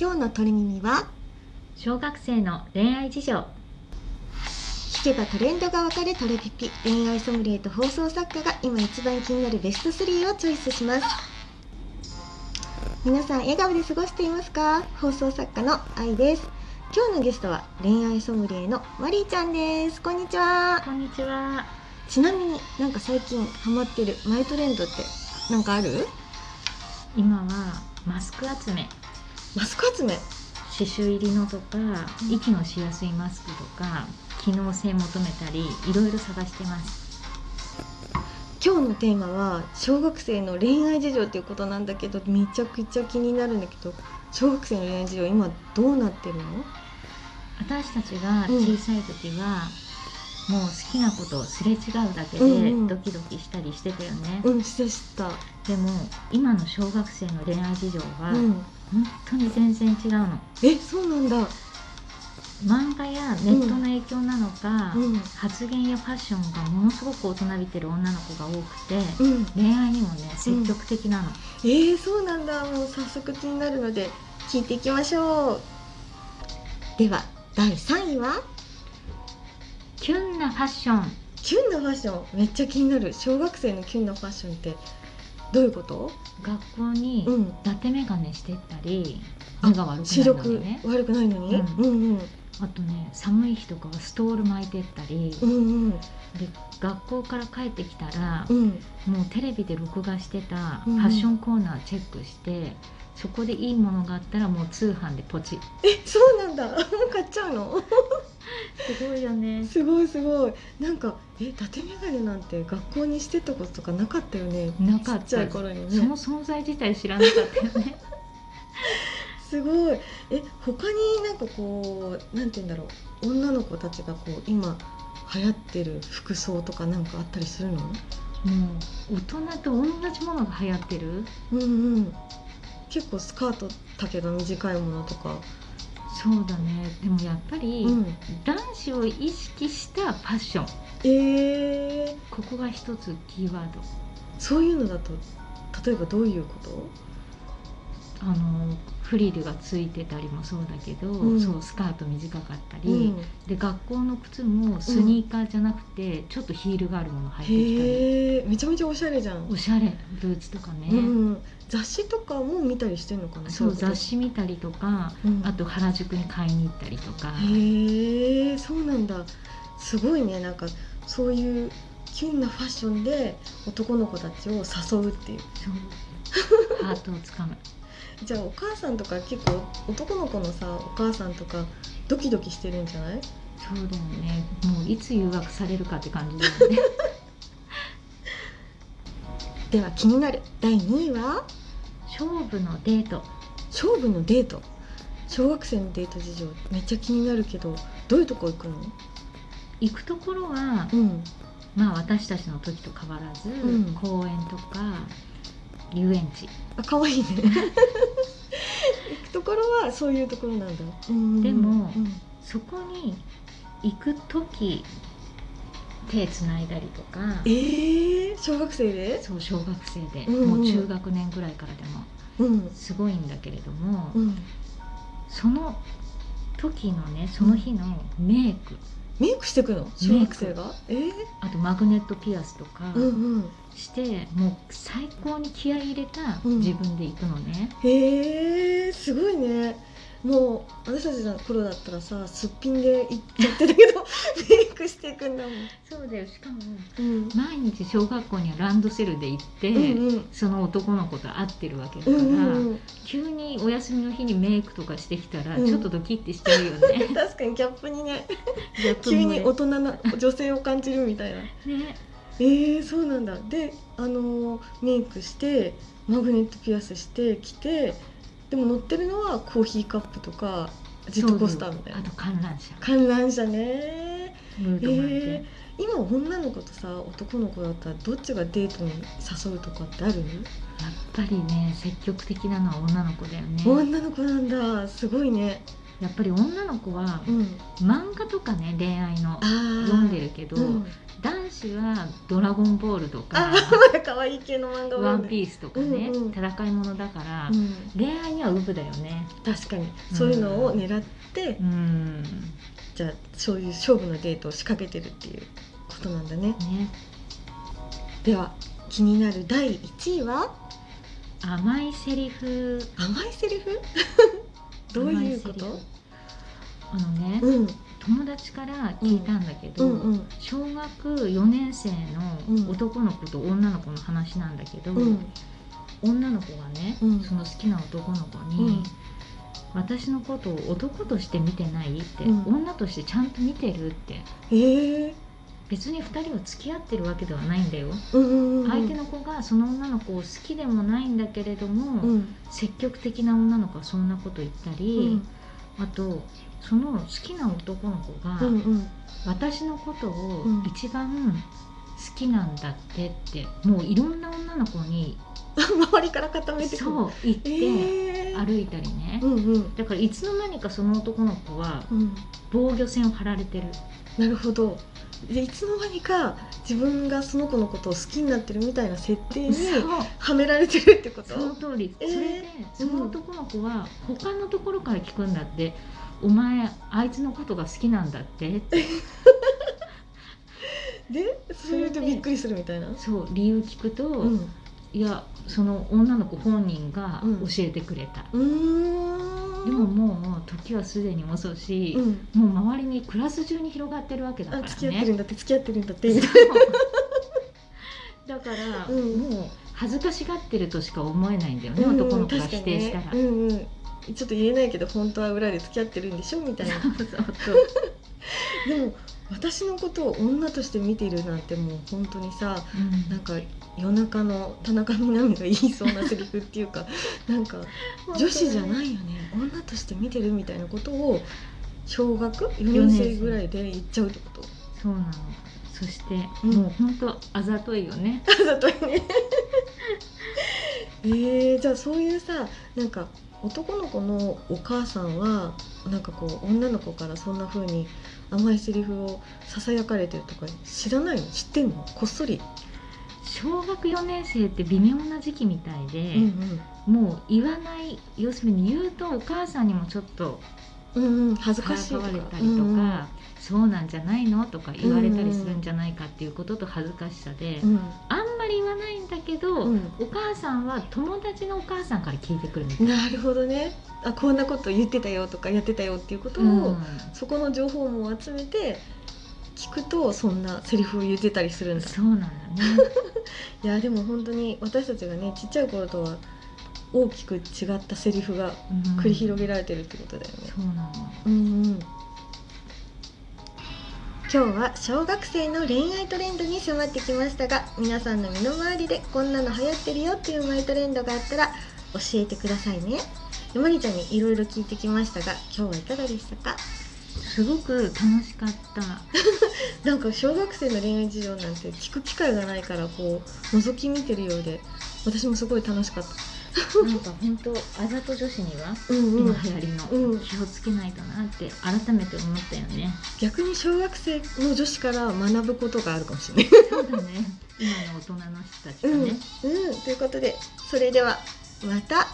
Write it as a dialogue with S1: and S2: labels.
S1: 今日の鳥耳は
S2: 小学生の恋愛事情
S1: 聞けばトレンドがわかるトレピピ恋愛ソムリエと放送作家が今一番気になるベスト3をチョイスします皆さん笑顔で過ごしていますか放送作家の愛です今日のゲストは恋愛ソムリエのマリーちゃんですこんにちは
S2: こんにちは
S1: ちなみになんか最近ハマってるマイトレンドってなんかある
S2: 今はマスク集め
S1: マスク集め
S2: 刺繍入りのとか
S1: うん
S2: 息のしやすいマスクとか機能性求めたりいろいろ探してます
S1: 今日のテーマは小学生の恋愛事情っていうことなんだけどめちゃくちゃ気になるんだけど小学生の恋愛事情今どうなってるの
S2: 私たちが小さい時は、もう好きなことすれ違うだけ
S1: うん
S2: で
S1: うん
S2: ドキドキしたりしてたよね、
S1: うんしてした、
S2: でも今の小学生の恋愛事情は
S1: う
S2: 本
S1: ん、
S2: 当に全然違うの
S1: えそうなんだ
S2: 漫画やネットの影響なのか、
S1: うん
S2: 発言やファッションがものすごく大人びてる女の子が多くて、
S1: うん
S2: 恋愛にもね積極的なの、
S1: えー、そうなんだもう早速気になるので聞いていきましょうでは第3位は
S2: キュンなファッション
S1: キュンなファッションめっちゃ気になる小学生のキュンなファッションってどういうこと
S2: 学校に
S1: うん
S2: 伊達眼鏡してったり目が悪く
S1: 視
S2: なるの
S1: 力
S2: にね
S1: 悪くないのに、
S2: う
S1: うん
S2: あとね寒い日とかはストール巻いてったり、
S1: うんうん
S2: で学校から帰ってきたら
S1: う、ん
S2: もうテレビで録画してた
S1: う
S2: フ
S1: ん
S2: ァッションコーナーチェックして、そこでいいものがあったらもう通販でポチ
S1: えそうなんだ もう買っちゃうの
S2: すごいよね
S1: すごいすごいなんかえ伊達眼鏡なんて学校にしてたこととかなかったよね
S2: なか
S1: ち
S2: っ
S1: っちゃ
S2: た
S1: い頃に
S2: そ
S1: ね
S2: の存在自体知らなかったよね
S1: すごいえ他になんかこうなんて言うんだろう女の子たちがこう今流行ってる服装とかなんかあったりするの
S2: もう大人と同じものが流行ってる
S1: うんうん結構スカート丈が短いものとか、
S2: そうだねでもやっぱり、
S1: うん、
S2: 男子を意識したファッション
S1: えー、
S2: ここが一つキーワード
S1: そういうのだと例えばどういうこと
S2: あのフリルがついてたりもそうだけど、
S1: うん
S2: そうスカート短かったり、
S1: うん、
S2: で学校の靴もスニーカーじゃなくて、ちょっとヒールがあるもの履いてきたり
S1: へえめちゃめちゃおしゃれじゃん
S2: おしゃれブーツとかね、
S1: うん、雑誌とかも見たりしてんのかな
S2: そう
S1: いこと
S2: 雑、誌見たりとか
S1: うん
S2: あと原宿に買いに行ったりとか、
S1: へえそうなんだすごいねなんかそういうキュンなファッションで男の子たちを誘うっていう
S2: そう ハートをつかむ
S1: じゃあお母さんとか結構男の子のさお母さんとかドキドキしてるんじゃない
S2: そうだよねもういつ誘惑されるかって感じだよね
S1: では気になる第2位は
S2: 勝負のデート
S1: 勝負のデート小学生のデート事情めっちゃ気になるけどどういうとこ行くの
S2: 行くところは
S1: うん
S2: まあ私たちの時と変わらず、
S1: うん
S2: 公園とか遊園地
S1: あ可愛いね行くところはそういうところなんだ、
S2: でも
S1: うん
S2: そこに行く時手つないだりとか
S1: ええ小学生で
S2: そう小学生で、
S1: うんうん
S2: もう中学年ぐらいからでも
S1: うん
S2: すごいんだけれども、
S1: うん
S2: その時のねその日のメイク、
S1: メイクしてくの小学生がええ
S2: あとマグネットピアスとか
S1: うんうん
S2: して、もう最高に気合い入れた
S1: うん
S2: 自分で行くのね、
S1: ええすごいねもう私たちの頃だったらさすっぴんで行っちゃってたけ どメイクしていくんだもん、
S2: そうだよしかも
S1: うん
S2: 毎日小学校にはランドセルで行って、
S1: うんうん
S2: その男の子と会ってるわけだか
S1: う
S2: ら、
S1: んうんうん、
S2: 急にお休みの日にメイクとかしてきたら、
S1: うん
S2: ちょっとドキッてしちゃうよ ね
S1: 確かにギャップに ね
S2: ギャップ
S1: 急
S2: 萌
S1: に
S2: え
S1: 大人な女性を感じるみたいな
S2: ね
S1: えー、そうなんだであのーメイクしてマグネットピアスしてきてでも乗ってるのはコーヒーカップとかジェットコースターみたい
S2: あ
S1: な
S2: と観覧車
S1: 観覧車ね
S2: ムードマンで
S1: えー、今女の子とさ男の子だったらどっちがデートに誘うとかってある、
S2: やっぱりね積極的なのは女の子だよね
S1: 女の子なんだすごいね
S2: やっぱり女の子は
S1: うん、
S2: 漫画とかね恋愛の
S1: あー
S2: 読んでるけど、
S1: うん、
S2: 男子は「ドラゴンボール」とか
S1: あー可愛い系の漫
S2: 「
S1: 画
S2: ワン
S1: ー
S2: ピース」とかね、
S1: うんうん
S2: 戦いものだから、
S1: うん、
S2: 恋愛にはウブだよね。
S1: 確かにそういうのを狙って、
S2: うん
S1: じゃあそういう勝負のデートを仕掛けてるっていうことなんだね
S2: ね、
S1: では気になる第1位は
S2: 甘いセリフ
S1: 甘いセリフ どういうこと
S2: 甘いセリフあのね、
S1: うん
S2: 友達から聞いたんだけ
S1: う
S2: ど、
S1: んうん
S2: 小学4年生の男の子と女の子の話なんだけど、
S1: うん
S2: 女の子がね、
S1: うん
S2: その好きな男の子に、
S1: うん
S2: 私のことを男として見てないって、
S1: うん
S2: 女としてちゃんと見てるって
S1: ええ
S2: 別に2人は付き合ってるわけではないんだよ、
S1: うんうんうん
S2: 相手の子がその女の子を好きでもないんだけれども、
S1: うん
S2: 積極的な女の子はそんなこと言った
S1: う
S2: り
S1: ん、
S2: あとその好きな男の子が、
S1: うんうん
S2: 私のことを
S1: うん
S2: 一番好きなんだってって、もういろんな女の子に
S1: 周りから固めてくる
S2: そう言って
S1: ええ
S2: 歩いたりね、
S1: うんうん
S2: だからいつの間にかその男の子は
S1: うん
S2: 防御線を張られてる
S1: なるほどでいつの間にか自分がその子のことを好きになってるみたいな設定に
S2: そう
S1: はめられてるってこと
S2: その通り、
S1: えー
S2: それでその男の子は他のところから聞くんだって、お前あいつのことが好きなんだってって
S1: でそれでびっくりするみたいな
S2: そう理由聞くと、
S1: うん
S2: いやその女の子本人が
S1: うん
S2: 教えてくれた、
S1: うーん
S2: でももう時はすでに遅いし、
S1: うん
S2: もう周りにクラス中に広がってるわけだか
S1: あ
S2: らね
S1: 付き合ってるんだって付き合ってるんだってみたいな
S2: そうだから、
S1: うん
S2: もう恥ずかしがってるとしか思えないんだよね、男の子が否定したら。
S1: うんうん確かにねうんうんちょっと言えないけど本当は裏で付き合ってるんでしょみ たいな
S2: そうそうそう
S1: でも私のことを女として見ているなんてもう本当にさ
S2: うん
S1: なんか夜中の田中みな実が言いそうなセリフっていうか なんか女子じゃないよね女として見てるみたいなことを小学4年生ぐらいで言っちゃうってこと
S2: そうなのそして、
S1: うん
S2: もう本当あざといよね
S1: だといいね えー、じゃあそういうさなんか男の子のお母さんはなんかこう女の子からそんな風に甘いセリフをささやかれてるとか知らないの知ってんのこっそり、
S2: 小学4年生って微妙な時期みたいで、
S1: うん
S2: もう言わない要するに言うとお母さんにもちょっと
S1: うんうんうん恥ず
S2: か
S1: かしい
S2: ら
S1: と
S2: か
S1: か
S2: われたりとか、そうなんじゃないのとか言われたりするんじゃないかっていうことと恥ずかしさで、
S1: うん
S2: あんまり言わないんだけど、
S1: うんうん
S2: お母さんは友達のお母さんから聞いてくるみたいな。
S1: なるほどねあこんなこと言ってたよとかやってたよっていうことを、
S2: うん
S1: そこの情報も集めて聞くとそんなセリフを言ってたりするんだ
S2: そう なんだね。
S1: いやでも本当に私たちがねちっちゃい頃とは大きく違ったセリフが繰り広げ
S2: ら
S1: られてるってことだよね。
S2: そうなの。
S1: うんうん今日は小学生の恋愛トレンドに迫ってきましたが皆さんの身の回りでこんなの流行ってるよっていうマイトレンドがあったら教えてくださいね。まりちゃんにいろいろ聞いてきましたが今日はいかがでしたか
S2: すごく楽しかった。
S1: なんか小学生の恋愛事情なんて聞く機会がないからこう覗き見てるようで私もすごい楽しかった。
S2: なんか本当あざと女子には
S1: うんうん
S2: 今流行り
S1: う
S2: の
S1: ん
S2: 気をつけないとなって改めて思ったよ ね。
S1: 逆に小学生の女子から学ぶことがあるかもしれない。
S2: そうだね。今の大人の人たちが
S1: うん、
S2: ね。
S1: うん、ということでそれではまた